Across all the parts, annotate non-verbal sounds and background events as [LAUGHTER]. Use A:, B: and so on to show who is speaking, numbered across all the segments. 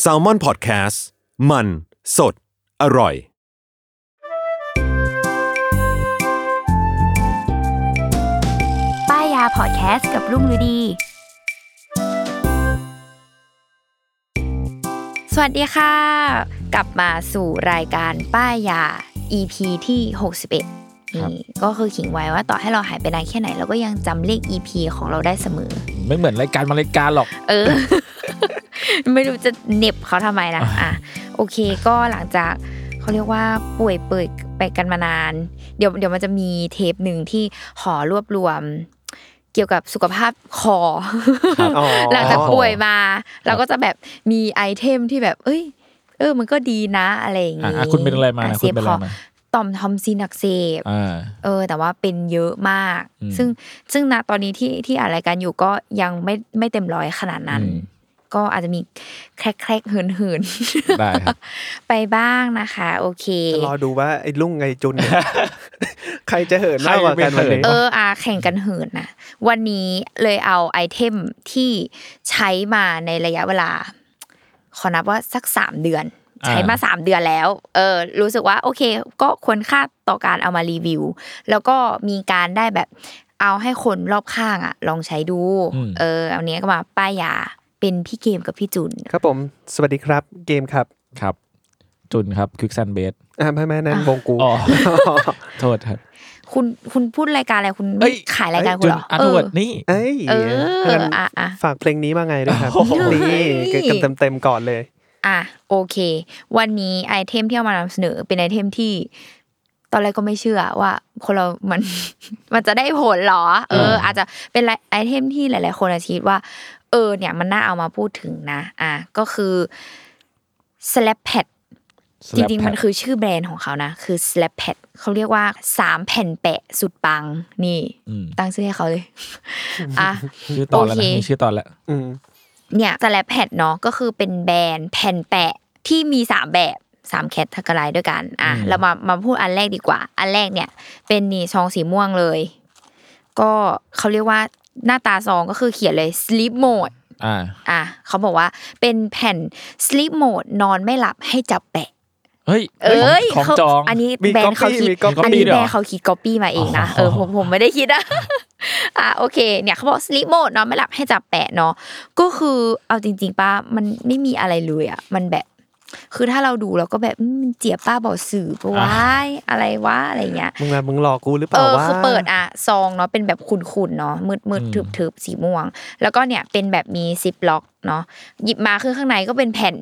A: แซลมอนพอดแคสต์มันสดอร่อย
B: ป้ายยาพอดแคสต์กับรุ่งฤดี สวัสดีค่ะ กลับมาสู่รายการป้ายยา EP ที่ 61
C: ครับ
B: นี่ก็คือขิงไว้ว่าต่อให้เราหายไปนานแค่ไหน เราก็ยังจำเลข EP ของเราได้เสมอ
C: ไม่เหมือนรายการมารายการหรอก
B: เออ [LAUGHS] ไม่รู้จะเหน็บเขาทำไมนะ อ่ะ โอเค ก็หลังจากเขาเรียกว่าป่วยเปิดไปกันมานาน เดี๋ยวเดี๋ยวมันจะมีเทปหนึ่งที่ขอรวบรวม เกี่ยวกับสุขภาพคอ
C: ครับอ๋อ
B: [LAUGHS] หลังจากป่วยมา เราก็จะแบบมีไอเทมที่แบบ เอ้ย เออ มันก็ดีนะ อะไรอย่าง
C: อ่ะ
B: งี้
C: อ่ะคุณเป็นอะไรมานะ
B: เซ
C: คุณ
B: ฟ
C: เป็น
B: ค
C: อะไร
B: อ
C: มา
B: ต่อมทอมซินอักเสบ
C: อ่า
B: เออแต่ว่าเป็นเยอะมาก
C: อืม
B: ซึ่งซึ่งณตอนนี้ที่ที่อ่านรายการอยู่ก็ยังไม่ไม่เต็มร้อยขนาดนั้น
C: อืม
B: ก็อาจจะมีแครกแครกเหินเหินๆ [LAUGHS]
C: ได้ครับ [LAUGHS]
B: ไปบ้างนะคะ โอเค
D: จะรอดูว่าไอ้ลุงไงจุนเนี่ย [LAUGHS] ใครจะเหินมากกว่ากัน
C: ใครจะ
D: วัน
C: ไม่
D: นี้
C: หิน
B: เอออาแข่งกันเหินนะวันนี้เลยเอาไอเทมที่ใช้มาในระยะเวลา ขอนับว่าสักสามเดือน
C: อ่า
B: ใช้มาสามเดือนแล้ว เออ รู้สึกว่าโอเค ก็ควรค่าต่อการเอามารีวิว แล้วก็มีการได้แบบเอาให้คนรอบข้างอะลองใช้ดู เออเอาเนี้ยก็มาป้ายยาเป็นพี่เกมกับพี่จุน
D: ครับผม สวัสดีครับ เกมครับ
C: ครับ จุนครับควิกซันเบส
D: อ่าไม่ไม่นั่นวงกู
C: อ๋อ [LAUGHS] โทษครับ
B: คุณคุณพูดรายการอะไรคุณ
C: เอ้
B: ไม่ขายรายการคุ
C: จุ
B: ณ
C: น
B: เหรอ
C: อ่ะ
B: เอ
C: โท
B: อ
C: ษนี่
D: เอ้ย
B: เออ
D: ถ้างั้น
B: อ่ะอ่ะ
D: ฝากเพลงนี้มาไงด้วยครับ
C: โอ้โห
D: นี่
B: เฮ้ย
D: เต็มเต็มๆก่อนเลย
B: อ่ะโอเค วันนี้ไอเทมที่เอามานำเสนอเป็นไอเทมที่ ตอนแรกก็ไม่เชื่อว่า คนเรา มัน [LAUGHS] มันจะได้ผลเหรอ เออ
C: เอออ
B: อาจจะเป็นไอเทมที่หลาย ๆ คนอาจจะคิดว่า เออ เนี่ยมันน่าเอามาพูดถึงนะ อ่ะก็คือ slap pad จริง ๆ มันคือชื่อแบรนด์ของเขานะ คือ slap pad เขาเรียกว่าสามแผ่นแปะสุดปัง นี่
C: ม
B: ตั้งชื่อให้เขา
C: [LAUGHS]
B: เลย อ่ะ
C: ชื่อตอนแล้ว
B: โอเค
C: นะมีชื่อตอนแล้ว
D: อืม
B: เนี่ยสแลปแพดเนาะก็คือเป็นแบรนด์แผ่นแปะที่มีสามแบบสามแคตตากรายด้วยกันอ่ะ
C: อืม
B: เรามามาพูดอันแรกดีกว่า อันแรกเนี่ย เป็นนี่ซองสีม่วงเลย ก็เขาเรียกว่าหน้าตาซองก็คือเขียนเลย sleep mode
C: อ่า
B: อ่ะเขาบอกว่าเป็นแผ่น sleep mode นอนไม่หลับให้จับแปะ
C: เฮ้ย
B: เอ้ย
C: ของ
B: เขา
C: จอง
B: อันนี้
D: มี
B: แบร
D: ก๊
B: น
D: อป
B: ด์เขา
D: ปี้
B: คิด
D: มีก๊อป
C: อั
B: อัน
D: ปี้
B: นี้
C: ด้วย
B: แม่
C: เหรอ
B: เขาคิดก๊อปปี้มาเองนะ
C: อ๋อ
B: เออผมผมไม่ได้คิดนะ [LAUGHS] อ่ะโอเค เนี่ยเขาบอกสลิปโหมดเนาะไม่หลับให้จับแปะเนาะก็คือเอาจริง ๆป้ามันไม่มีอะไรเลยอ่ะมันแบบ คือถ้าเราดูเราก็แบบอืมมันเจียบป้าบอกสื่อปะวายอะไรวะอะไรเงี้ย
D: มึงอะมึงหลอกกูหรือเป
B: เอ
D: ล่า
B: อ
D: ว่า
B: คือเปิดอ่ะซองเนาะเป็นแบบขุ่นๆเนาะมืดมืด
C: อื
B: ทึบ
C: ม
B: ๆสีม่วง แล้วก็เนี่ยเป็นแบบมีซิปล็อกเนาะหยิบมาคือข้างในก็เป็นแผ่น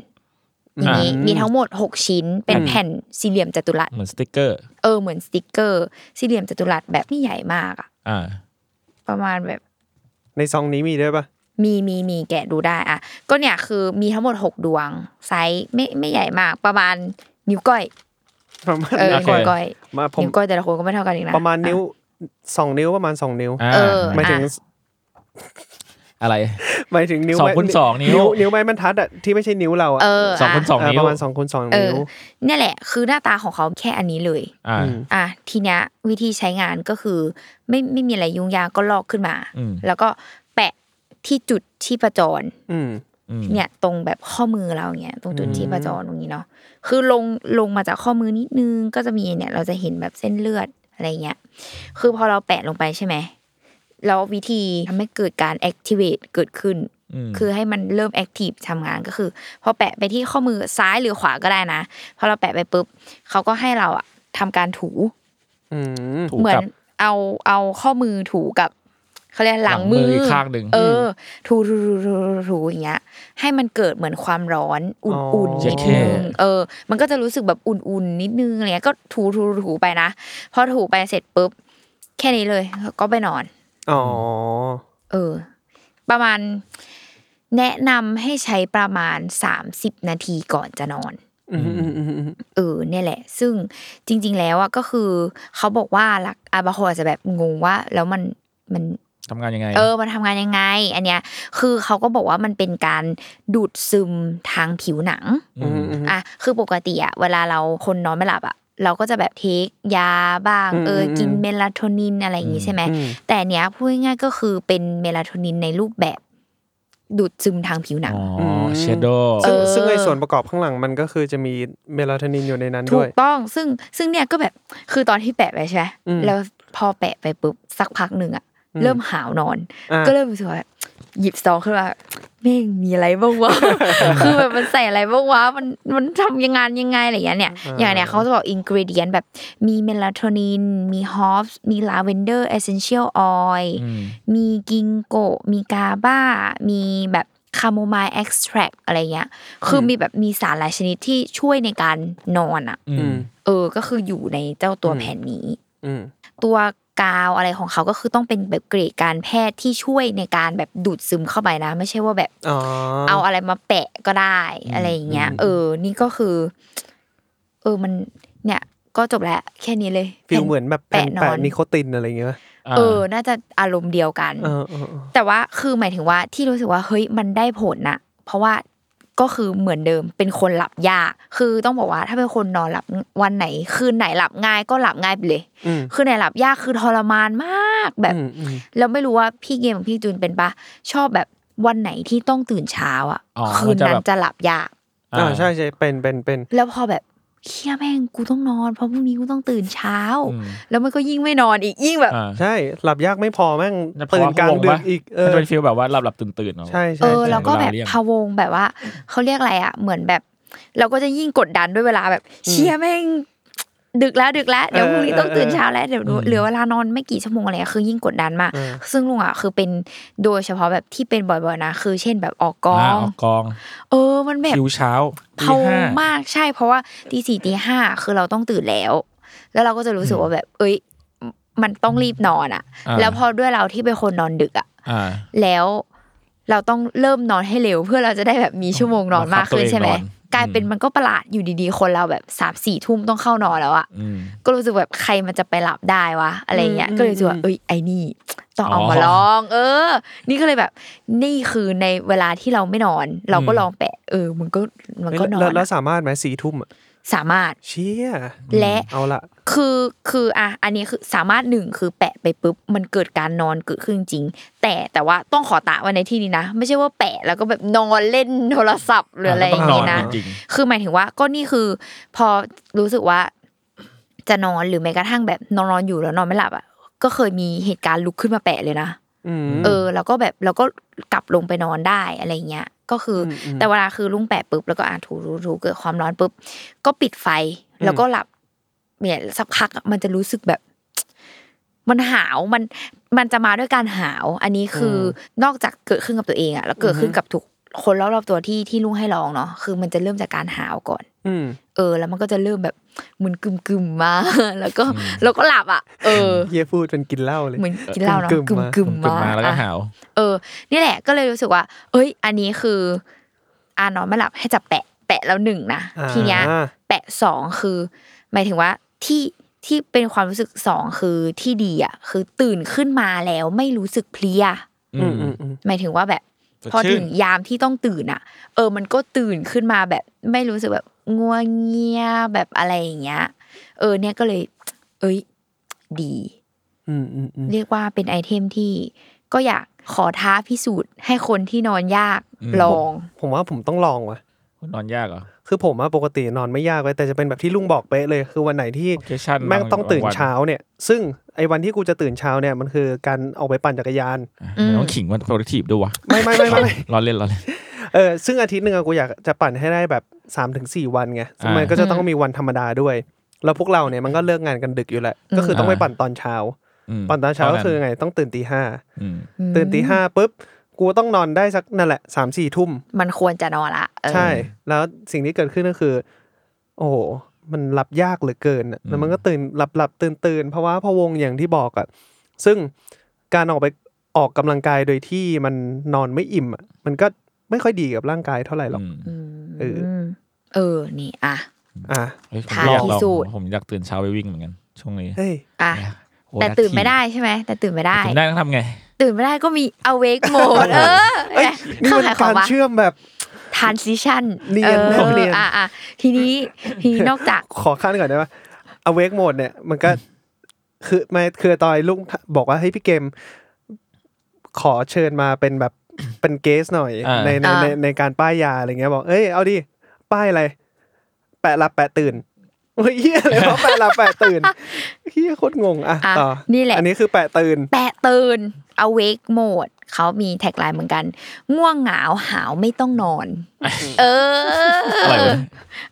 B: อย่างนี้มีทั้งหมดหกชิ้น เป็นแผ่นสี่เหลี่ยมจัตุรัส
C: เหมือนสติกเกอร์
B: เออเหมือนสติกเกอร์สี่เหลี่ยมจัตุรัสแบบไม่ใหญ่มากอะ
C: อ่า
B: ประมาณแบบ
D: ในซองนี้มีด้วยปะ
B: มีมีมีแกะดูได้อะก็เนี่ยคือมีทั้งหมดหกดวงไซส์ไม่ไม่ใหญ่มาก ประมาณนิ้วก้อย
D: ประมาณ
B: เออ
D: นี้
C: โค
B: นิ้วก้อย
D: มาผม
B: นิ้วก้อยแต่ละคนก็ไม่เท่ากันอีกนะ
D: ประมาณนิ้วสองนิ้วประมาณสองนิ้ว
C: อ่า
B: เออ
D: หมายถึง
B: อ่ะ
C: อะไร
D: หมายถึงนิ้ว
C: สองคูณสองนิ้ว
D: นิ้วไม้บรรทัดอะที่ไม่ใช่นิ้วเราอะ
B: เออ
C: สองคนสอง
D: เออ
C: นิ้
D: ป
C: ว
D: ระมาณสองคูณสอง
B: เอ
D: นิ้
B: อ
D: ว
B: เนี่ยแหละ คือหน้าตาของเขาแค่อันนี้เลย
C: อ่า
D: อืม
B: อ่ะทีเนี้ยวิธีใช้งานก็คือ ไม่ไม่มีอะไรยุ่งยากก็ลอกขึ้นมา
C: อืม
B: แล้วก็แปะที่จุดชีพจร
D: อืม
C: อืม
B: เนี่ยตรงแบบข้อมือเราเนี่ยตรงจุด
D: อืม
B: ชีพจรตรงนี้เนาะคือลงลงมาจากข้อมือนิดนึงก็จะมีเนี่ย เราจะเห็นแบบเส้นเลือดอะไรเงี้ยคือพอเราแปะลงไปใช่ไหมแล้ววิธีทำให้เกิดการ activate เกิดขึ้น
C: ม
B: คือให้มันเริ่มแอคทีฟทำงานก็คือ พอแปะไปที่ข้อมือซ้ายหรือขวาก็ได้นะพอเราแปะไปปุ๊บเขาก็ให้เราอะทำการถู
D: อืม
C: ถูก
B: เหมือน
C: กับ
B: เอาเอาข้อมือถูกับเขาเรียกหลังมือ
C: หลังมืออีกข้างหนึ่ง
B: เออ ถูถูถูถูถูอย่างเงี้ย ให้มันเกิดเหมือนความร้อนอุ่นๆ
C: เจ็
B: นิ
C: ด
B: ด
C: เค
B: นึงเออ มันก็จะรู้สึกแบบอุ่นๆนิดนึงอะไรเงี้ยก็ถูถูถูไปนะพอถูไปเสร็จปุ๊บแค่นี้เลยก็ไปนอน
D: อ๋อ
B: เออ ประมาณแนะนำให้ใช้ประมาณ 30 นาทีก่อนจะนอน
D: อืมอืมอืมอืม
B: เออเนี่ยแหละ ซึ่งจริง ๆ แล้วอ่ะก็คือเขาบอกว่าหลักอาบางคนอาจจะแบบงงว่า แล้วมันมัน
C: ทำงานยังไง
B: เออ มันทำงานยังไง อันเนี้ย คือเขาก็บอกว่ามันเป็นการดูดซึมทางผิวหนัง
D: อืมอืม
B: อ่ะ คือปกติอะเวลาเราคนนอนไม่หลับอะเราก็จะแบบเทคยาบ้าง
D: อืม
B: เออ
D: อืม
B: กินเมลาโทนินอะไรอย่างงี้ใช่ไหม
D: อืม
B: แต่เนี้ยพูดง่ายๆก็คือเป็นเมลาโทนินในรูปแบบ ดูดซึมทางผิวหนัง
C: อ๋ออ
D: ม
C: เชดโด
D: ซึ่ง
B: เออ
D: ซึ่งไอส่วนประกอบข้างหลังมันก็คือจะมีเมลาโทนินอยู่ในนั้น
B: ถู
D: ด้วย
B: กต้องซึ่งซึ่งเนี่ยก็แบบคือตอนที่แปะไปใช่ไหม
D: อืม
B: แล้วพอแปะไปปุ๊บสักพักหนึ่งอะ
D: อืม
B: เริ่มหาวนอน
D: อ่า
B: ก็เริ่มรู้สึกว่าหยิบซองขึ้นมาแม่งมีอะไรบ้าง
D: [LAUGHS]
B: วะ คือแบบมันใส่อะไรบ้างวะมันมันทำยังไงยังไงอะไรอย่างเงี้ยเนี่ยอย่างเนี้ยเขาจะบอกอินกรีเดียนแบบมีเมลาโทนิน มีฮอปส์มีลาเวนเดอร์เอเซนเชียลออยล์
C: อืม
B: มีกิงโกะมีกาบ้า มีแบบคาโมไมล์เอ็กซ์แทรกอะไรเงี้ยคือมีแบบมีสารหลายชนิดที่ช่วยในการนอนอะ
C: อืม
B: เออ ก็คืออยู่ในเจ้าตัว
D: อืม
B: แผนนี้
D: อืม
B: ตัวกาวอะไรของเขาก็คือต้องเป็นแบบเกรดการแพทย์ที่ช่วยในการแบบดูดซึมเข้าไปนะ ไม่ใช่ว่าแบบ
D: อ๋อ
B: เอาอะไรมาแปะก็ได้อะไรอย่างเงี้ย เออ นี่ก็คือ เออมันเนี่ย ก็จบแล้วแค่นี้เลย
D: ฟิล
B: แผ่น
D: เหมือนแบบแผ่น
B: แปะนอน
D: แปะนิโคตินอะไรอย่างเงี้ยปะ
B: เออ น่าจะอารมณ์เดียวกัน
D: เออเออเออ
B: แต่ว่าคือหมายถึงว่าที่รู้สึกว่าเฮ้ยมันได้ผลนะเพราะว่าก็คือเหมือนเดิมเป็นคนหลับยาก คือต้องบอกว่าถ้าเป็นคนนอนหลับวันไหน คืนไหนหลับง่ายก็หลับง่ายไปเลย
D: อืม
B: คือไหนหลับยากคือทรมานมากแบบ
D: อืมอืม
B: แล้วไม่รู้ว่าพี่เกมกับพี่จูนเป็นปะชอบแบบวันไหนที่ต้องตื่นเช้าอ่ะ
C: อ๋อ
B: คืน
C: จะ
B: นั้
C: แบ
B: น
C: บ
B: จะหลับยาก
D: อ่าใช่ใช่เป็นเป็นเป็น
B: แล้วพอแบบเคียแม่งกูต้องนอน เพราะพรุ่งนี้กูต้องตื่นเช้า
C: อืม
B: แล้วมันก็ยิ่งไม่นอนอีกยิ่งแบบ
C: อ่า
D: ใช่หลับยากไม่พอแม่ง
C: แล้วพอ
D: ตื่นกลางดึก
C: พวะ
D: อีกเอ
C: มันจะ
D: อ
C: เป็นฟีลแบบว่าหลับหลับตื่นตื่นๆเนาะ
D: ใช่
B: เอ
D: ใช่
B: อ
D: ใช่
B: แล้วก็
C: เวลา
B: แบบ
C: เลี่ยง
B: พะวงแบบว่า เขาเรียกอะไรอ่ะ เหมือนแบบ เราก็จะยิ่งกดดันด้วยเวลาแบบ เชียแม่งดึกแล้วดึกแล้วเดี๋ยวพรุ่งนี้ต้องตื่นเช้าแล้วเดี๋ยวเหลือเวลานอนไม่กี่ชั่วโมงอะไรเงี้ยคือยิ่งกดดันมากซึ่งลุงอ่ะคือเป็นโดยเฉพาะแบบที่เป็นบ่อยๆนะ คือเช่นแบบออกกอ
C: อ่าง ออกกอง
B: เออมันแบบ
C: คิวเช้า
B: พะวง
C: ตีห้
B: มากใช่ เพราะว่าตีสี่ตีห้าคือเราต้องตื่นแล้ว แล้วเราก็จะรู้สึกว่าแบบ เอ้ย มันต้องรีบนอนอ่ะ
C: า
B: แล้วพอด้วยเราที่เป็นคนนอนดึกอ่ะ
C: อ่า
B: แล้วเราต้องเริ่มนอนให้เร็วเพื่อเราจะได้แบบมีชั่วโมงนอน
C: บั
B: มางก
C: คับ
B: ขึ้นใช่ไหม
C: ตัวเองนอน
B: กลายเป็นมันก็ประหลาดอยู่ดีๆ คนเราแบบสามสี่ทุ่มต้องเข้านอนแล้วอะ
C: อืม
B: ก็รู้สึกแบบใครมันจะไปหลับได้วะอะไรเงี้ยก็เลยรู้สึกว่าเอ้ยไอ้นี่ ต้องเอามา
C: อ๋อ
B: ลอง เออ นี่ก็เลยแบบนี่คือในเวลาที่เราไม่นอน เราก็
C: อืม
B: ลองแปะ เออมันก็มันก็นอ
D: แล้ว
B: น
D: แล้ว
B: อะ
D: สามารถไหมสี่ทุ่มอะ
B: สามารถ
D: เชี่ย
B: และ
D: เอาละ
B: คือคืออ่ะอันนี้คือสามารถหนึ่งคือแปะไปปุ๊บมันเกิดการนอนเกิดขึ้นจริง แต่แต่ว่าต้องขอตะไว้ในที่นี้นะ ไม่ใช่ว่าแปะแล้วก็แบบนอนเล่นโทรศัพท์หรืออะไรอ
C: ต้
B: ย่าง
C: น
B: งี้
C: น
B: นะ
C: จริง
B: คือหมายถึงว่าก็นี่คือพอรู้สึกว่าจะนอนหรือแม้กระทั่งแบบนอนนอนอยู่แล้วนอนไม่หลับอ่ะก็เคยมีเหตุการณ์ลุกขึ้นมาแปะเลยนะ
D: อืม
B: เออแล้วก็แบบเราก็กลับลงไปนอนได้อะไรเงี้ยก็คืออ
D: ม
B: แต่เวลาคือลุงแปะปุ๊บแล้วก็อ่าถูรูรูเกิดความร้อนปุ๊บก็ปิดไฟแล้วก็หลับเนี่ยสักพักอะมันจะรู้สึกแบบ มันหาวมันมันจะมาด้วยการหาว อันนี้คืออนอกจากเกิดขึ้นกับตัวเองอะแล้วเกิดขึ้นกับทุกคนรอบๆตัวที่ที่ลุงให้ลองเนาะคือมันจะเริ่มจากการหาวก่อน
D: อืม
B: เออ แล้วมันก็จะเริ่มแบบมึนกึมกึมๆมา [LAUGHS] แล้วก็แล้วก็หลับอ่ะ เออ
D: เฮียพูดเป็นกินเหล้าเลย
B: เหมือนกินเหล้าเนาะ
D: กึ่
B: กึม
D: มๆ
B: กึม
D: มา
C: กึ่ม
B: มา
C: มาแล้วก็
B: อะ
C: หาว
B: เออ นี่แหละก็เลยรู้สึกว่า เอ้ย อันนี้คืออานอนไม่หลับให้จับแปะ แปะแล้วหนึ่งนะ
D: อ่า
B: ทีเนี้ย แปะสองคือ หมายถึงว่าที่ที่เป็นความรู้สึกสองคือที่ดีอ่ะ คือตื่นขึ้นมาแล้วไม่รู้สึกเพลีย
C: อื
D: อื
C: ม
D: มอืมอืม
B: หมายถึงว่าแบบ
C: สดชื่น
B: พอถึงยามที่ต้องตื่นอ่ะ เออ มันก็ตื่นขึ้นมาแบบไม่รู้สึกแบบงัวเงียแบบอะไรอย่างเงี้ย เออ เนี่ยก็เลย เอ้ย ดี
D: อืมอืมอืม
B: เรียกว่าเป็นไอเทมที่ก็อยากขอท้าพิสูจน์ให้คนที่นอนยากลอง
D: ผมว่าผมต้องลองว่ะ
C: คุณนอนยากเหรอ
D: คือผมอะปกตินอนไม่ยากเลยแต่จะเป็นแบบที่ลุงบอกเป๊ะเลย คือวันไหนที่
C: Occasion
D: แม่ง
C: บาง
D: ต้องตื่น
C: วัน
D: เช้าเนี่ย ซึ่งไอ้วันที่กูจะตื่นเช้าเนี่ยมันคือการออกไปปั่นจักรยาน
C: อ่ะ
B: อืม
C: มันต้องขิงว่า productive ด้วยวะ
D: ไม่ไม่ไม่ไม่ไม่
C: ล้อเล่นล้อเล่น
D: เออซึ่งอาทิตย์หนึ่งอะกูอยากจะปั่นให้ได้แบบ3ามถึงสวันไงซึ่ง
C: อ่ามั
D: มันก็จะต้องมีวันธรรมดาด้วย แล้วพวกเราเนี่ยมันก็เลิกงานกันดึกอยู่แหละ ก็คือต้องไป
C: อ่า
D: ปั่นตอนเช้า
C: ม
D: ปั่นตอนเช้าก็คือ
C: นั้น
D: ไงต้องตื่นตีห้า
C: อืม
B: อืม
D: ตื่นตีห้าปุ๊บกูต้องนอนได้สักนั่นแหละสามสี่ทุ่ม
B: มันควรจะนอนละเออ
D: ใช่ แล้วสิ่งที่เกิดขึ้นก็คือ โอ้โหมันหลับยากเหลือเกินอะแล้วมันก็ตื่นหลับหลับตื่นตื่นเพราะว่าพะวงอย่างที่บอกอ่ะซึ่งการออกไปออกกำลังกายโดยที่มันนอนไม่อิ่มอะมันก็ไม่ค่อยดีกับร่างกายเท่าไหร่หรอก
C: อืม
D: เออ
B: มเออ นี่อ่ะ
D: อ่ะ
C: เฮ้ยผม
B: ท้าย
C: อยาก
B: ที่
C: ลอง
B: สุด
C: ผมอยากตื่นเช้าไปวิ่งเหมือนกัน ช่วงนี้
D: เฮ้ย
B: อ่ะ
C: โอ้ย
B: แต่ตื่นไม่ได้ใช่ไหม แต่ตื่นไม่ได้
C: ตื่นได้ต้องทำไง
B: ตื่นไม่ได้ก็มี awake
D: [LAUGHS]
B: mode เออ
D: เอ้ยนี่
B: เข้า
D: มัน
B: หายขอก
D: าง ร
B: วะ
D: เชื่อมแบบ
B: transition
D: เนี
B: เอย
D: น
B: อ
D: นะเนียน
B: อ่ะอ่ะที
D: [LAUGHS]
B: นี้ทีนี้นอกจาก
D: ขอขั้นก่อนได้ปะ awake mode เนี่ย มันก็ คือไม่คือตอยลุงบอกว่าให้ยพี่เกม ขอเชิญมาเป็นแบบ เป็นเกสหน่อย
C: อ่า
D: ในใน
B: อ่า
D: ในในการป้ายยาอะไรเงี้ยบอก เอ้ยเอาดิป้ายอะไร แปะหลับแปะตื่นเฮ้ยเฮียอะไรวะแปะหลับแปะตื่นเฮียโคตรงงอ่ะ
B: อ่ะ
D: ต่อ
B: นี่แหละ
D: อันนี้คือแปะตื่น
B: แปะตื่น awake mode เขามีแท็กไลน์เหมือนกัน ง่วงเหงาหาวไม่ต้องน
D: [LAUGHS]
B: อน เอ
C: อะไร
B: อ
C: วะ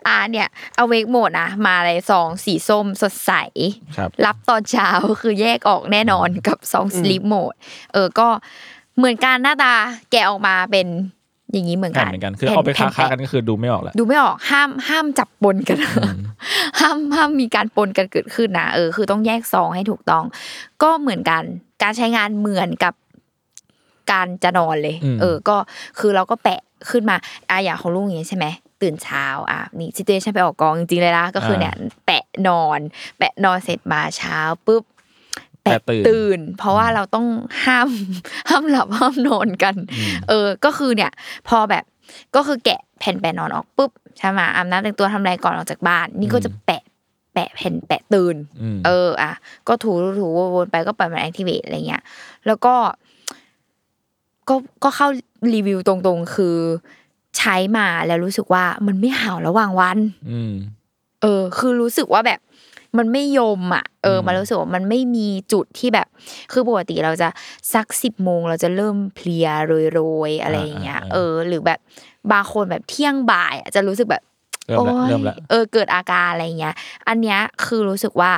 B: อ่ะเนี่ย awake mode นะ มาเลยซองสีส้มสดใส
C: ครับ
B: รับตอนเช้า คือแยกออกแน่นอนกับซองสลิปโหมดเออก็เหมือนกันหน้าตาแกะออกมาเป็นอย่างนี้เหมือน
C: แผ่
B: กัน น
C: เหมือนกัน คือ
B: แผ่น
C: เอาไป
B: แผ่
C: ค้านค้า
B: แปะ
C: กันก็คือดูไม่ออกแหละ
B: ดูไม่ออกห้ามห้ามจับปนกันห้ามห้ามมีการปนกันเกิดขึ้นนะเออคือต้องแยกซองให้ถูกต้อง ก็เหมือนกันการใช้งานเหมือนกับการจะนอนเลย
C: อืม
B: เออ ก็คือเราก็แปะขึ้นมาอ่ะอย่างของลูกอย่างเงี้ยใช่ไหมตื่นเช้าอ่ะนี่ซิเตชันไปออกกองจริงๆเลยนะก็คือเนี่ย แปะนอน แปะนอนเสร็จมาเช้าปุ๊บ
C: แปะตื่น
B: ตื่น เพราะว่าเราต้องห้าม [LAUGHS] ห้ามหลับห้ามนอนกัน เออ ก็คือเนี่ย พอแบบก็คือแกะแผ่นแปะนอนออกปุ๊บใช่ไหมอาบน้ำแต่งตัวทำอะไรก่อนออกจากบ้าน นี่ก็จะแปะแปะแผ่นแปะตื่น
C: ม
B: เอออ่ะก็ถูถูถูวนๆไปก็ปล่อยมันแอคทีเวตอะไรเงี้ย แล้วก็ ก็ก็เข้ารีวิวตรงๆ คือ ใช้มาแล้วรู้สึกว่ามันไม่เห่าระหว่างวัน
C: อืม
B: เออ คือรู้สึกว่าแบบมันไม่ยมอ่ะ เออ
C: อืม
B: มันรู้สึกว่ามันไม่มีจุดที่แบบ คือปกติเราจะสักสิบโมงเราจะเริ่มเพลียโรยๆอะไรอย่างเงี้ย เออ หรือแบบบางคนแบบเที่ยงบ่ายอะจะรู้สึกแบบ
C: เริ่มละ
B: โอ้ย
C: เริ่มละ
B: เออเกิดอาการอะไรเงี้ย อันเนี้ยคือรู้สึกว่า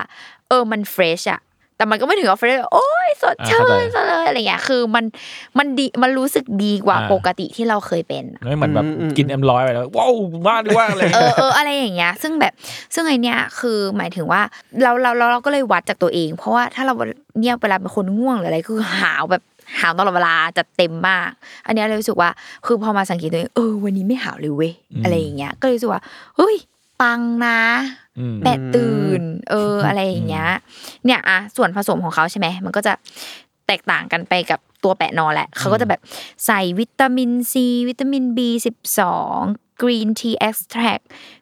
B: เออมันเฟรชอะแต่มันก็ไม่ถึงกับเฟรชโอ้ยสดชื่
C: อ่าน เข้า
B: ซะ
C: ใจ
B: เลยอะไรเงี้ยคือมันมันดีมันรู้สึกดีกว่า
C: อ่า
B: ปกติที่เราเคยเป็นอะ
C: ไม่เหมือนแบบ
D: อืมอืม
C: กินเอ็มร้อยไปแล้วว้าวมากดีว่าอะไร
B: เออเอออะไรอย่างเงี้ย ซึ่งแบบซึ่งไอเนี้ยคือหมายถึงว่าเราเราเราเราก็เลยวัดจากตัวเอง เพราะว่าถ้าเราเนี่ยเวลาเป็นคนง่วงหรืออะไรคือหาวแบบหาวตลอดเวลาจะเต็มมาก อันเนี้ยเลยรู้สึกว่าคือพอมาสังเกตตัวเองเออวันนี้ไม่หาวเลยเว้ยอะไรอย่างเงี้ยก็เลยรู้สึกว่าเฮ้ยปังนะ
C: อืม
B: แปดตื่น เออ อะไรอย่างเงี้ย เนี่ยอะส่วนผสมของเขาใช่ไหม มันก็จะแตกต่างกันไปกับตัวแปะนอนแหละ เขาก็จะแบบใส่วิตามินซี วิตามิน B12 กรีนทีเอ็กซ์แทร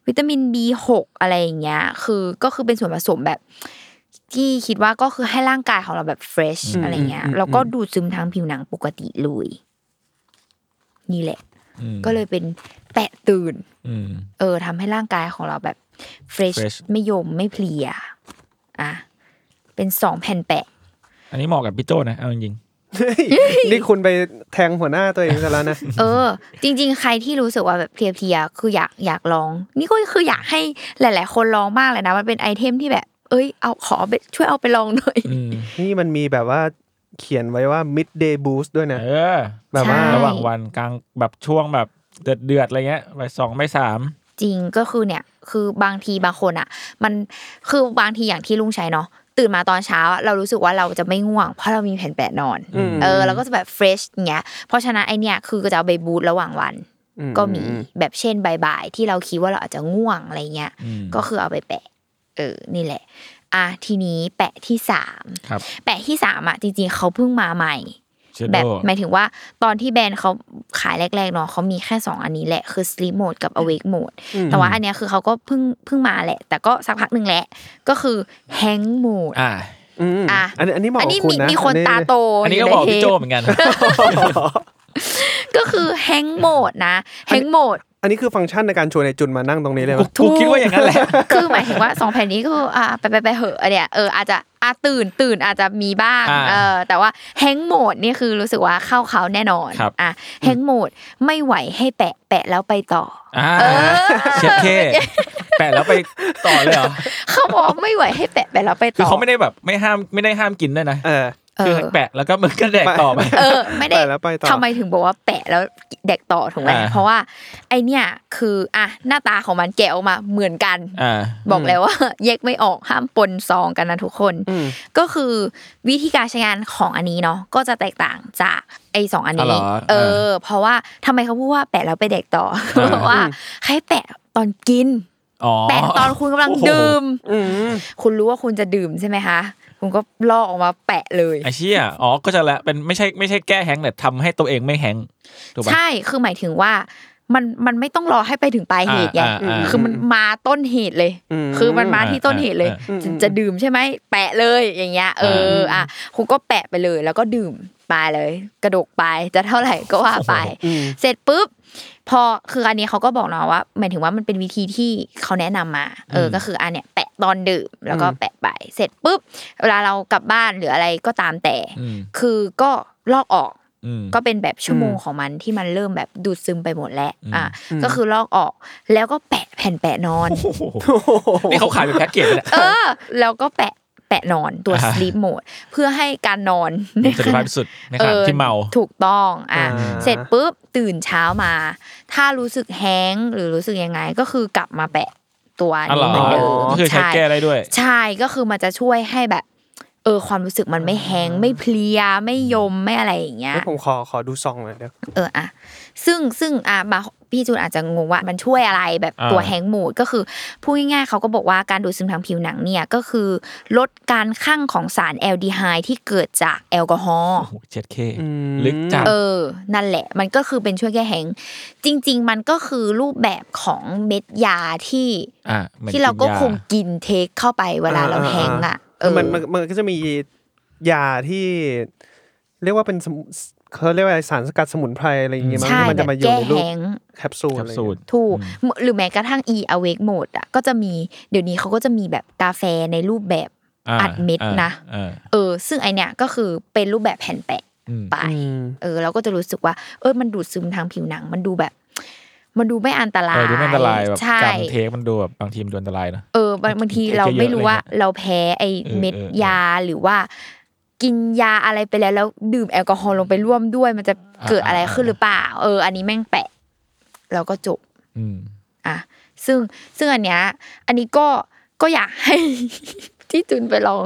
B: วิตามิน B6 อะไรอย่างเงี้ย คือก็คือเป็นส่วนผสมแบบ ที่คิดว่าก็คือให้ร่างกายของเราแบบเฟรช
D: อืม
B: อะไรเงี้ย
D: อืมอืม
B: แล้วก็ดูดซึมทางผิวหนังปกติเลย นี่แหละ
C: อืม
B: ก็เลยเป็นแปะตื่น
C: อืม
B: เออทำให้ร่างกายของเราแบบเฟรช
C: fresh
B: ไม่ยมไม่เพลียอ่ะเป็นสองแผ่นแปะ
C: อันนี้เหมาะกับพี่โจนะเอาจริง
D: เฮ้ยนี่คุณไปแทงหัวหน้าตัวเองซะแล้วนะ
B: เออ จริง ๆ ใครที่รู้สึกว่าแบบเพลียๆคืออยากอยากลอง นี่ก็คืออยากให้หลาย ๆ คนลองมากเลยนะมันเป็นไอเทมที่แบบ เอ้ยเอาขอเอาไปช่วยเอาไปลองหน่อย
C: ๆอืม
D: นี่มันมีแบบว่าเขียนไว้ว่า mid day boost ด้วยนะ
C: เออ
D: แบบว่า
B: ใช่
C: ระหว่างวันกลางแบบช่วงแบบเดือดเดือดๆอะไรเงี้ยไปสองไปสาม
B: จริงก็คือเนี่ย คือบางทีบางคนอ่ะ มันคือบางทีอย่างที่ลุงใช้เนาะตื่นมาตอนเช้าอะเรารู้สึกว่าเราจะไม่ง่วง เพราะเรามีแผ่นแปะนอน
D: อืม
B: เออเราก็จะแบบเฟรชเงี้ยเพราะฉะนั้นไอเนี่ยคือก็จะเอาไปบูตระหว่างวัน
D: อื
B: ก็มีแบบเช่นบ่ายๆที่เราคิดว่าเราอาจจะง่วงอะไรเงี้ย
C: อืม
B: ก็คือเอาไปแปะ เออ นี่แหละ อ่ะทีนี้แปะที่สาม
C: ครับ
B: แปะที่สามอ่ะจริงๆเขาเพิ่งมาใหม่
C: เชด
B: แบ
C: โด
B: บหมายถึงว่าตอนที่แบรนด์เขาขายแรกๆเนาะเขามีแค่สองอันนี้แหละคือ sleep mode กับ awake mode แต่ว่าอันเนี้ยคือเขาก็เพิ่งเพิ่งมาแหละ แต่ก็สักพักหนึ่งแหละ ก็คือ hang mode
C: อ่า
D: อืม
B: อ่ะ
D: อันนี้อันนี้เหมาะ
B: อัน
D: กับ
B: นี้
D: คุณ
B: มี
D: นะ
B: มีคนตาโต
C: อันนี้
B: ยู่
C: ก็บอก
B: ใเท
C: พี่
B: ป
C: โจเหมือนกัน
B: ก็คือ hang mode นะ hang mode
D: อันนี้คือฟังก์ชันในการชวนไอจุนมานั่งตรงนี้เลยไหม
C: กูคิดว่าอย่างนั้นแหละ
B: คือหมายถึงว่าสองแผ่นนี้ก็อ่ะไปไปไปเหอะอันเนี่ยเอออาจจะอาตื่นตื่นอาจจะมีบ้าง
C: อ่า
B: เออแต่ว่าแฮงโหมดนี่คือรู้สึกว่าเข้าเขาแน่นอน
C: ครับ
B: อ่ะแฮงโหมดไม่ไหวให้แปะแปะแล้วไปต่อ
C: อ่า
B: เออ
C: เช็ดเคแปะแล้วไปต่อเลยเหรอ
B: เขาบอกไม่ไหวให้แปะแปะแล้วไป
C: คือ
B: ต่อ
C: เขาไม่ได้แบบไม่ห้ามไม่ได้ห้ามกินด้วยนะ
D: เออ
B: เอ
C: คือ
B: อ
C: แปะแล้วก็มึงก็แดกต่อไป
B: เออไม่ได้
D: แปะแล้วไปต่อ
B: ทำไมถึงบอกว่าแปะแล้วแดกต่อถูกไหม
C: อ่า
B: เพราะว่าไอเนี่ยคืออ่ะหน้าตาของมันแกะออกมาเหมือนกัน
C: อ่า
B: บอกแล้วว่า แยกไม่ออกห้ามปนซองกันนะทุกคน
D: อืม
B: ก็คือวิธีการใช้งานของอันนี้เนาะก็จะแตกต่างจากไอ้สองอัน
C: อ๋อเหร
B: นี้
C: อ
B: เออ เพราะว่าทำไมเขาพูดว่าแปะแล้วไปเด็ก
C: [LAUGHS]
B: ต่อ
C: อ่า
B: เพราะว่าให้แปะตอนกิน
C: อ๋อ
B: แปะตอนคุณกำลัง
C: โอ้โห
B: ดื่ม
D: อืม
B: คุณรู้ว่าคุณจะดื่มใช่ไหมคะ คุณก็ลอกออกมาแปะเลย
C: ไอ้เชี่ยอ๋อก็จะละเป็นไม่ใช่ไม่ใช่แก้แฮงค์แต่ทำให้ตัวเองไม่แฮงค์ถูกปะ
B: ใช่ คือหมายถึงว่ามันมันไม่ต้องรอให้ไปถึงปลายเหตุไง
C: อ่าอ่าอ่า
B: คือมันมาต้นเหตุเลย
D: อืม
B: คือมันมาที่ต้นเหตุเลย
C: อ่า
D: อ่า
B: จะจะดื่มใช่ไหมแปะเลยอย่างเงี้ย เออออ่ะคุณก็แปะไปเลยแล้วก็ดื่มไปเลย กระดกไปจะเท่าไหร่ก็ว่าไป
D: อืม
B: เสร็จปุ๊บพอคืออันนี้เขาก็บอกเนาะว่าหมายถึงว่ามันเป็นวิธีที่เขาแนะนำมา เอออ
C: ม
B: ก็คืออันเนี้ยแปะตอนดื่มแล้วก็
D: อืม
B: แปะไป เสร็จปุ๊บเวลาเรากลับบ้านหรืออะไรก็ตามแต่
C: อืม
B: คือก็ลอกออก
C: อืม
B: ก็เป็นแบบชั่วโมง
D: อืม
B: ของมันที่มันเริ่มแบบดูดซึมไปหมดแล้ว
C: อืม
B: อ่ะก็คือลอกออกแล้วก็แปะแผ่นแปะนอน
C: โอ้โหนี่เขาขายเป็นแพ็กเกจเลยนะ
B: เออ แล้วก็แปะแปะนอนตัวสลีปโหมดเพื่อให้การน
C: [LAUGHS]
B: อนใน
C: ส
B: ข
C: ถิภา
B: ณะ
C: พที่สุดในขณะที่เมา
B: ถูกต้องอ่ะ
D: อ่า
B: เสร็จปุ๊บตื่นเช้ามา ถ้ารู้สึกแห้งค์หรือรู้สึกยังไงก็คือกลับมาแปะตัว
C: อ๋อเหร
B: นี้เห
C: อ
B: มือนเดิม
C: ก็คือใช้แก้ได้ด้วย
B: ใช่ก็คือมันจะช่วยให้แบบ เออความรู้สึกมันไม่แห้งค์ไม่เพลียไม่ยมไม่อะไรอย่างเงี้ย
D: เอ้ยผมขอขอดูซองหน่อยเดี๋ยว
B: เอออะซึ่งซึ่งอ่ะบางพี่จูนอาจจะงงว่ามันช่วยอะไรแบบ
C: อ่า
B: ตัวแฮงก์มูดก็คือพูดง่ายๆเขาก็บอกว่าการดูดซึมทางผิวหนังเนี่ยก็คือ ลดการคั่งของสารแอลดีไฮด์ที่เกิดจากแอลกอฮอล์
C: โอ้โหเจ็ดเค
D: อืม
C: ลึกจัด
B: เออ นั่นแหละ มันก็คือเป็นช่วยแก้แฮงก์จริง ๆ มันก็คือรูปแบบของเม็ดยาที่
C: อ่าเหมือน
B: ที่เราก็
C: กินยา
B: คงกินเทคเข้าไปเวลาเราแฮงก์อ่ะเออ
D: มันมันมันก็จะมียาที่ เรียกว่าเป็นสมุนเขาเรียกว่าอะไรสารสกัดสมุนไพรอะไรอย่างเงี้ยมั้ง
B: ใช่
D: ที่มันจะมาอยู่ในรูป
B: แก้แห้ง
D: แคปซูล
C: แค
D: อะ
C: ป
D: ไร
C: ซูล
D: เงี้ย
B: ถูกหรือแม้กระทั่ง e awake mode อ่ะก็จะมีเดี๋ยวนี้เขาก็จะมีแบบกาแฟในรูปแบบ
C: า
B: อัดเม็ดนะ
C: อ่า
B: เออ ซึ่งไอเนี้ยก็คือเป็นรูปแบบแผ่นแปะ
C: อืม
B: ไป
D: อืม
B: เออ เราก็จะรู้สึกว่า เออมันดูดซึมทางผิวหนัง มันดูแบบ มันดูไม่อันตราย
C: เออดูไม่อันตรายแบบ
B: ใช่
C: การเทคมันดูแบบบางทีมันดูอันตรายนะ
B: เออบางบางที
C: เทค
B: เราไม่
C: เยอะๆ
B: รู้ว่า
C: อะไรเงี้ย
B: เราแพ้ไอ
C: เออ
B: เม็ด
C: เออ
B: ยาหรือว่า กินยาอะไรไปแล้วแล้วดื่มแอลกอฮอล์ลงไปร่วมด้วย มันจะเกิดอะไรขึ้นหรือเปล่า เออ อันนี้แม่งแปะเราก็จบ
C: อืม
B: อ่ะซึ่งซึ่งอันเนี้ยอันนี้ก็ก็อยากให้ [LAUGHS] ที่จุนไปลอง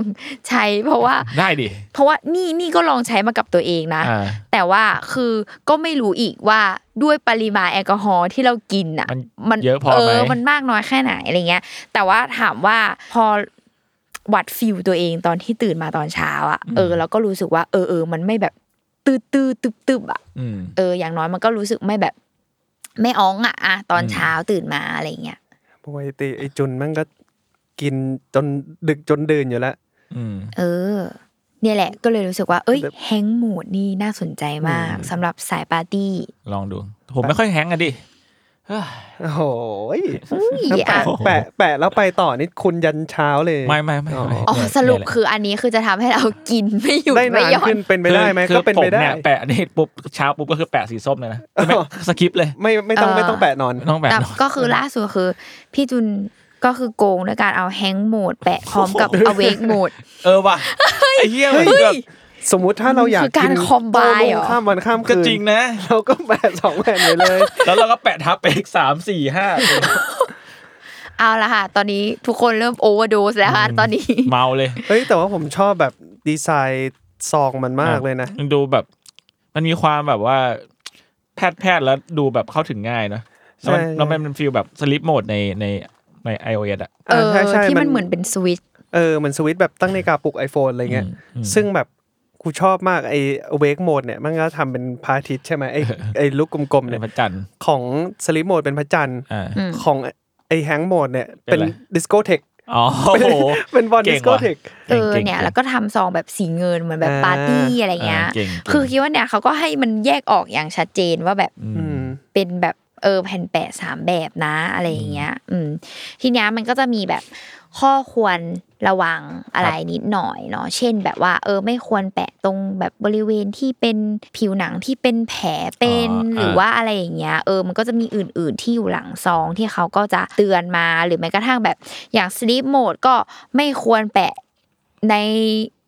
B: ใช้ เพราะว่า
C: ได้ดิ
B: เพราะว่านี่นี่ก็ลองใช้มากับตัวเองนะ
C: อ่า
B: แต่ว่าคือก็ไม่รู้อีกว่าด้วยปริมาณแอลกอฮอล์ที่เรากินอ่ะ
C: มันเยอะพอไหม
B: เออมันมากน้อยแค่ไหนอะไรเงี้ย แต่ว่าถามว่าพอวัดฟิลตัวเองตอนที่ตื่นมาตอนเช้าอ่ะเออแล้วก็รู้สึกว่า เออเออมันไม่แบบตื้อตื้อตึบตึบอ่ะ
C: อืม
B: เอออย่างน้อยมันก็รู้สึกไม่แบบไม่อ้องอ่ะอะตอนเช้าตื่นมาอะไรเงี้ย
D: ปกติไอ้จุนมันก็กินจนดึกจนดื่นอยู่แล้ว
C: อืม
B: เออ เนี่ยแหละก็เลยรู้สึกว่า เอ้ย
D: แบบ
B: แฮงโหมดนี่น่าสนใจมากสำหรับสายปาร์ตี้
C: ลองดู ผมไม่ค่อยแฮงก์อะดิเฮ้ย
D: โอ้โหย
B: อุ้ย [LAUGHS]
D: แปะ
B: อ่ะ
D: แปะแปะแล้วไปต่อนี่คุณยันเช้าเลย
C: ไม่ไม่ไม่ไม่
B: อ๋อสรุป
C: เนี่ยแหละ
B: คืออันนี้คือจะทำให้เรากิน [LAUGHS] ไม่หยุด
D: ได้
B: ไม่
D: นาน
B: หย่อ
D: ขึ้
B: น
D: นเป็นไปได้ไหม
C: คือ
D: ก็เป็นไปได้
C: คือผมยแปะนี่ปุ๊บเช้าปุ๊บก็คือแปะสีส้มเลยนะไม่สกิปเลย
D: ไม่ไม่ต้อง
B: เออ
D: ไม่ต้องแปะนอน
C: ไม่ต้องแปะ
B: แต่
C: หรอก
B: ก็คือล่าสุดคือ พี่จุนก็คือโกงด้วยการเอาแฮงโหมด แปะพร้อมกับ อเวกโหมด
C: เออว่ะไอ้เหี้ยมันแบบ
D: สมมุติถ้าเราอยาก
B: มันคือการ
D: กิน
B: คอมไบน์
D: โต้รุ่ง
B: เหรอ
D: ข้ามวันข้าม
C: ก็
D: คืน
C: จริงนะ
D: เราก็แปะสองแผ่นไปเลย
C: แล้วเราก็แปะทับไปอีกสามสี่ห้า
B: เอาละค่ะ ตอนนี้ทุกคนเริ่มโอเวอร์ดสแล้วค่ะตอนนี้
C: เมาเลย
D: เฮ้ยแต่ว่าผมชอบแบบดีไซน์ซองมันมากเลยนะ
C: มันดูแบบ มันมีความแบบว่า แพทย์แพทย์แล้วดูแบบเข้าถึงง่ายเนอะแล้วมัน
D: ใช่
C: แล้วมันเป็นฟีลแบบสลิปโหมดในในใน iOS อ่ะ
B: เออ
D: ใช่ใช่
B: ที่มันเหมือนเป็นสวิตช์
D: เออเหมือนสวิตช์แบบตั้งนาฬิกาปลุก iPhone อะไรเงี้ย
C: อืมอืม
D: ซึ่งแบบกูชอบมากไอ้ awake mode เนี่ย มันก็ทำเป็นพระอาทิตย์ใช่ไหมไอ้ไอ้ลูกกลมๆ
C: ใน
D: เนี่ย
C: พระจันทร์
D: ของ sleep mode เป็นพระจันทร์
C: อ่า
B: อืม
D: ของไอ้แฮงโหมดเนี่ย
C: เป็
D: เป็น น
C: อะไร
D: ดิสโกเทค
C: อ๋อโอ้โห
D: เป็นบอลดิสโกเทค
B: เอ
C: ก่ง
B: อ
C: ก่ง
B: เนี่ย
C: ก่ง
B: แล้วก็ทำซองแบบสีเงินเหมือนแบบ
D: อ่า
B: ปาร์ตี้อะไรเงี้ย
C: อ่าเก่งเก่ง
B: คือคิดว่าเนี่ยเขาก็ให้มันแยกออกอย่างชัดเจนว่าแบบ
C: อื
D: อื
C: ม
D: ม
B: เป็นแบบ เออแผ่นแปะสามแบบนะอะไรอย่างเงี้ย อืม ทีเนี้ยมันก็จะมีแบบข้อควรระวังอะไรนิดหน่อยเนาะเช่นแบบว่า เออไม่ควรแปะตรงแบบบริเวณที่เป็นผิวหนังที่เป็นแผลเป็น
C: อ๋ออ่า
B: หรือว่าอะไรอย่างเงี้ยเออมันก็จะมีอื่น ๆที่อยู่หลังซองที่เขาก็จะเตือนมาหรือแม้กระทั่งแบบอย่างสลีปโหมดก็ไม่ควรแปะ ใน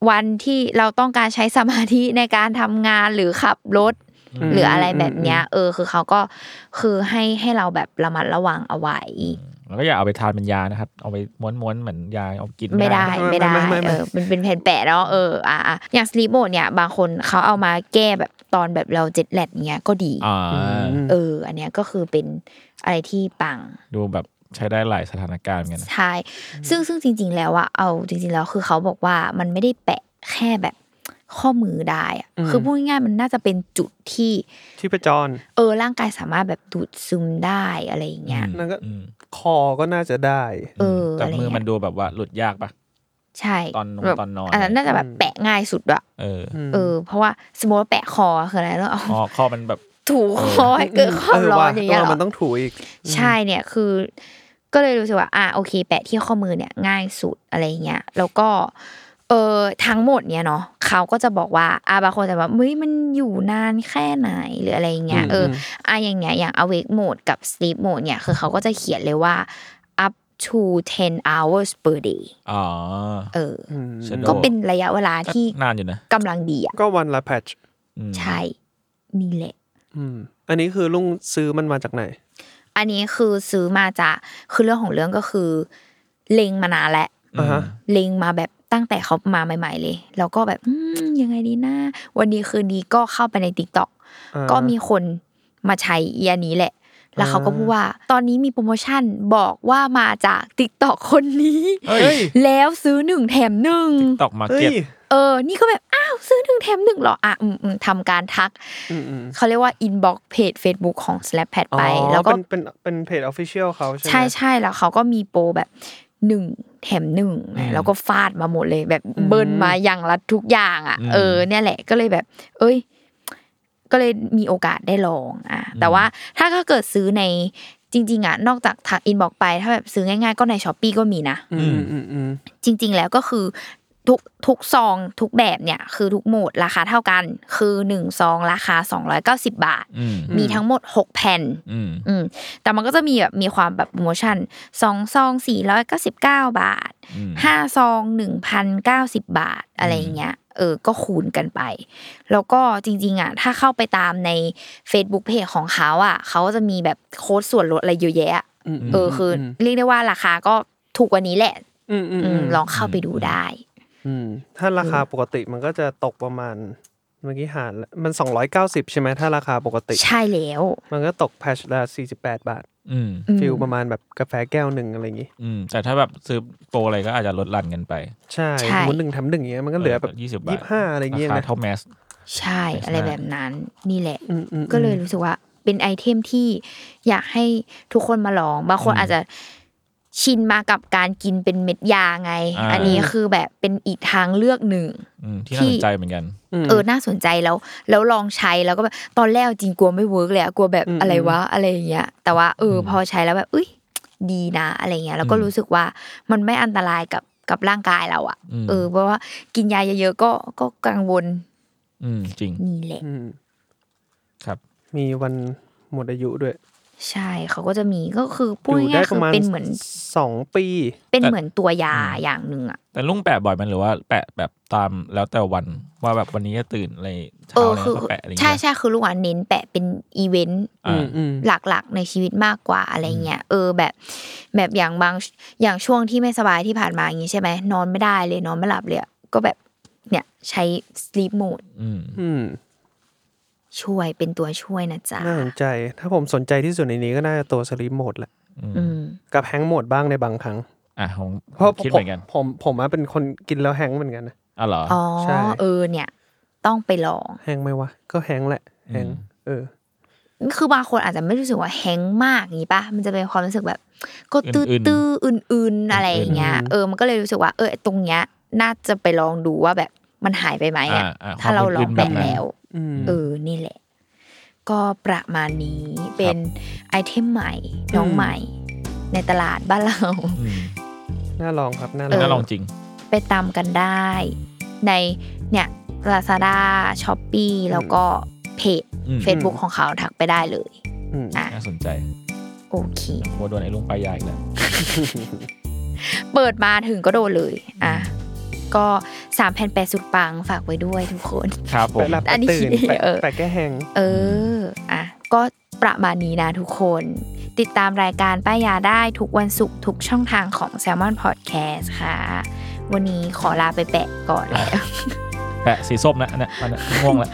B: วันที่เราต้องการใช้สมาธิในการทำงานหรือขับรถ
D: อืม
B: หรืออะไรแบบเนี้ย
D: อืม
B: เออ คือเขาก็คือให้ให้เราแบบระมัดระวังเอาไว้
C: แล้วก็อย่าเอาไปทานเป็นยานะครับ เอาไปม้วนๆเหมือนยาเอากิน
B: ไม่ได้
D: ไม่
B: ไม่
D: ได้
B: ได้
D: ไม่ไม่ไม่ไม่
B: เออมันเป็นแผ่นแปะเนาะเอออ่ะอ่ะอย่างสลีปโหมดเนี่ยบางคนเขาเอามาแก้แบบตอนแบบเราเจ็ดแลดเงี้ยก็ดี
C: อ่า
D: อืม
B: เออ อันเนี้ยก็คือเป็นอะไรที่ปัง
C: ดูแบบใช้ได้หลายสถานการณ์เหมือนกันนะ
B: ใช่ซึ่งซึ่งจริง ๆ แล้วอะเอาจริง ๆ แล้วคือเขาบอกว่ามันไม่ได้แปะแค่แบบข้อมือได้อะ
D: อืม
B: คือพูดง่ายๆมันน่าจะเป็นจุดที่
D: ชีพจร
B: เออร่างกายสามารถแบบดูดซึมได้อะไรอย่างเงี้ย
D: นั่นก็
C: อืม
D: คอก็น่าจะได้
B: เออ
C: แต่
B: อะไร
C: มือ
B: เงี้ย
C: มันดูแบบว่าหลุดยากปะ
B: ใช่
C: ตอนนอน
B: แบบ
C: ตอนนอน
B: อันนั้นน่าจะแบบแปะง่ายสุดอะ
C: เอออ
B: เออ เพราะว่าสมมติว่าแปะคอคืออะไร [LAUGHS] แล้วเอา
C: อ๋อข้อมันแบบ
B: ถูคอให้เกิดความร้อนอย่างเงี้ย
D: เอ
B: เหร
D: อ
B: อ
D: มันต้องถูอีก
B: ใช่เนี่ยคือ ก็เลยรู้สึกว่า อ่ะโอเค แปะที่ข้อมือเนี่ยง่ายสุดอะไรเงี้ยแล้วก็ เออทั้งหมดเนี่ยเนาะเขาก็จะบอกว่าอ่ะบางคนจะแบบเฮ้ยมันอยู่นานแค่ไหนหรืออะไรเงี้ย
D: อืม
B: เอออ
D: ม
B: อ่ะอย่างเงี้ยอย่าง awake mode กับ sleep mode เนี่ยคือเขาก็จะเขียนเลยว่า up to 10 hours per day
C: อ๋อ
B: เออ
C: Shadow
B: ก็เป็นระยะเวลาที่
C: นานอยู่นะ
B: กำลังดีอ่ะ
D: ก็วันละแพทช์
C: อืม
B: ใช่นี่แหละ
D: อืมอันนี้คือลุงซื้อมันมาจากไหน
B: อันนี้คือซื้อมาจากคือเรื่องของเรื่องก็คือเล็งมานานแล้ว
D: อ่าฮะ
B: เล็งมาแบบตั้งแต่เขามาใหม่ ๆ เลย แล้วก็แบบอืมยังไงดีนะวันดีคืนดีก็เข้าไปในติ๊กต็อก
D: อ่า
B: ก็มีคนมาใช้อีอันนี้แหละ แล้วเขาก็พูดว่า ตอนนี้มีโปรโมชั่นบอกว่ามาจากติ๊กต็อกคนนี้
C: เฮ้ย
B: แล้วซื้อหนึ่งแถมหนึ่ง
C: ตอกมา
D: เฮ้
C: เก็ต
D: ย
B: เออ นี่ก็แบบ อ้าว ซื้อหนึ่งแถมหนึ่งเหรอ อ่ะอืมอืมทำการทัก
D: อืมอืม
B: เขาเรียกว่า inbox เพจ Facebook ของ Slappad
D: อ๋อ
B: ไป แล้วก็
D: เป็นเป็นเป็นเพจออฟฟิเชียลเขาใช่ไหม
B: ใช่ใช่แล้วเขาก็มีโปรแบบหนึ่งแถมหนึ่ง
C: อืม
B: แล้วก็ฟาดมาหมดเลยแบบเบิ้ลมาอย่างละทุกอย่างอ่ะ
C: อืม
B: เออ เนี่ยแหละก็เลยแบบ เอ้ย ก็เลยมีโอกาสได้ลองอ่ะ แต่ว่าถ้าถ้าเกิดซื้อในจริง ๆ อ่ะ นอกจากทาง inbox ไป ถ้าแบบซื้อง่าย ๆ ก็ใน s h อ p e e ก็มีนะ
D: อืมอืมอืม
B: จริง ๆ แล้วก็คือทุกทุกซองทุกแบบเนี่ย คือทุกโหมดราคาเท่ากัน คือหนึ่งซองราคา 290 บาท
C: อืม
B: มีทั้งหมด 6 แผ่น
C: อืม
B: อืมแต่มันก็จะมีแบบมีความแบบโปรโมชั่นสองซอง499 บาท
C: อืม
B: ห้าซอง1,090 บาทอะไรอย่างเงี้ยเออก็คูณกันไป แล้วก็จริง ๆ อ่ะ ถ้าเข้าไปตามใน Facebook Page ของเขาอ่ะเขาก็จะมีแบบโค้ดส่วนลดอะไรเยอะแยะ
D: อืม
B: เออคือเรียกได้ว่าราคาก็ถูกกว่านี้แหละ
D: อืมอืม
B: อื
D: อื
B: ม
D: ม
B: ลองเข้าไปดูได้
D: อืมถ้าราคาปกติมันก็จะตกประมาณ เมื่อกี้หารแล้วมันสองร้อยเก้าสิบใช่ไหมถ้าราคาปกติ
B: ใช่แล้ว
D: มันก็ตกแพชละสี่สิบแปดบาท
C: อืม
B: อืม
D: ฟิลประมาณแบบกาแฟแก้วหนึ่งอะไรอย่างงี้
C: อืมแต่ถ้าแบบซื้อโปรอะไรก็อาจจะลดหลั่นกันไป
D: ใช่หมุนหนึ่งทำหนึ่งอย่างเงี้ยมันก็เหลือแบบ
C: ยี่สิบ
D: ยี่สิบห้าอะไรอย่างเงี้ย
C: ราคา
D: นะ
C: เท่าแมส
B: ใช่อะไรแบบนั้นนี่แหละ
D: อืมอืมอืม
B: ก็เลยรู้สึกว่าเป็นไอเทมที่อยากให้ทุกคนมาลอง บางคนอาจจะชินมากับการกินเป็นเม็ดยาไง
C: อ่า
B: อันนี้คือแบบเป็นอีกทางเลือกหนึ่ง
C: อืมที่น่าสนใจเหมือนกัน
B: เออน่าสนใจแล้ว แล้วลองใช้แล้วก็แบบตอนแรกจริงกลัวไม่เวิร์กเลยอะกลัวแบบอะไรวะอะไรอย่างเงี้ยแต่ว่าเออพอใช้แล้วแบบอุ้ยดีนะอะไรเงี้ยแล้วก็
C: อืม
B: รู้สึกว่ามันไม่อันตรายกับกับร่างกายเราอะ
C: อืม
B: เออเพราะว่ากินยาเยอะๆก็ก็กังวล
C: อืมจริง
B: นี่แหละ
D: อืม
C: ครับ
D: มีวันหมดอายุด้วย
B: ใช่เขาก็จะมีก็คือพูด
D: อยู่ได้
B: ง่ายๆ
D: ป
B: คือ
D: ระมาณ
B: เป็นเหมือน
D: สองปี
B: เป็นเหมือนตัวยาอย่างหนึ่งอะ
C: แต่ลุงแปะบ่อยมันหรือว่าแปะแบบตามแล้วแต่วันว่าแบบวันนี้จะตื่นอะไร
B: เอ
C: เช้า
B: อ
C: แล้ว
B: คือ
C: ก็แปะอะไรอย่าง
B: ใช่
C: เงี้ย
B: ใช่คือลูกอ่ะเน้นแปะเป็นอีเวนต์
C: อ่า
D: อืม
B: หลักๆ ในชีวิตมากกว่าอะไรเงี้ยเออแบบแบบอย่างบางอย่างช่วงที่ไม่สบายที่ผ่านมาอย่างงี้ใช่ไหมนอนไม่ได้เลยนอนไม่หลับเลยอะก็แบบเนี่ยใช้ sleep mode
C: อืม
D: อืม
B: ช่วยเป็นตัวช่วยนะจ๊ะ
D: น่าสนใจ ถ้าผมสนใจที่สุดในนี้ก็น่าจะตัวสลีปโหมดแหละ
B: อืม
D: กับแฮงก์โหมดบ้างในบางครั้ง
C: อ่ะผม
D: เพราะ
C: คิด
D: ผ
C: เหมื
D: ม
C: อนกัน
D: ผมผมอะเป็นคนกินแล้วแฮงก์เหมือนกันนะ
C: อ๋อเหรอ
B: อ๋อ
D: ใช่
B: เออเนี่ย ต้องไปลอง
D: แฮงก์ไหมวะ ก็แฮงก์แหละแฮงก์เออ
B: คือบางคนอาจจะไม่รู้สึกว่าแฮงก์มากอย่างงี้ปะมันจะเป็นความรู้สึกแบบ ก็ตื้อตื้อๆอื่น ๆอะไรอย่างเงี้ยเออมันก็เลยรู้สึกว่า เออตรงเนี้ยน่าจะไปลองดูว่าแบบมันหายไปไหม
C: อ่า
B: อ่ะ
C: อ่าคว
B: ถ้าม เราลอง
C: นๆบบ
B: แปะ
C: นั้น
B: แล้ว
D: อืม
B: เออนี่แหละ ก็ประมาณนี้เป็นไอเทมใหม่ น้อง
D: อืม
B: ใหม่ ในตลาดบ้านเรา [LAUGHS]
C: อืม
D: น่าลองครับน่าล
B: เอ
D: อง
C: น่าลองจริง
B: ไปตามกันได้ ในเนี่ย Lazada s h o p ป e แล้วก็เพจ
C: อืม
B: Facebook ของเขาทักไปได้เลย
D: อืม
B: อ่ะ
C: น่าสนใจ
B: โอเค
C: กลัวโดนไอ้ลุงปลายาอีกแล้ว
B: เปิดมาถึงก็โดนเลย อ่ะ ก็สามแผ่นแปดสุดปังฝากไว้ด้วยทุกคน
C: ครับผม
D: ไปหลับ
B: อันนี้
D: ไปตื่นไป
B: เออ
D: ไปแก้แหง
B: เออ อ่ะ ก็ประมาณนี้นะทุกคน ติดตามรายการป้ายยาได้ทุกวันศุกร์ทุกช่องทางของ s ซ l m o n Podcast ค่ะ วันนี้ขอลาไปแปะก่อนแล้ว
C: แปะสีส้มนะอันเนะอันเนะง่วงแล้ว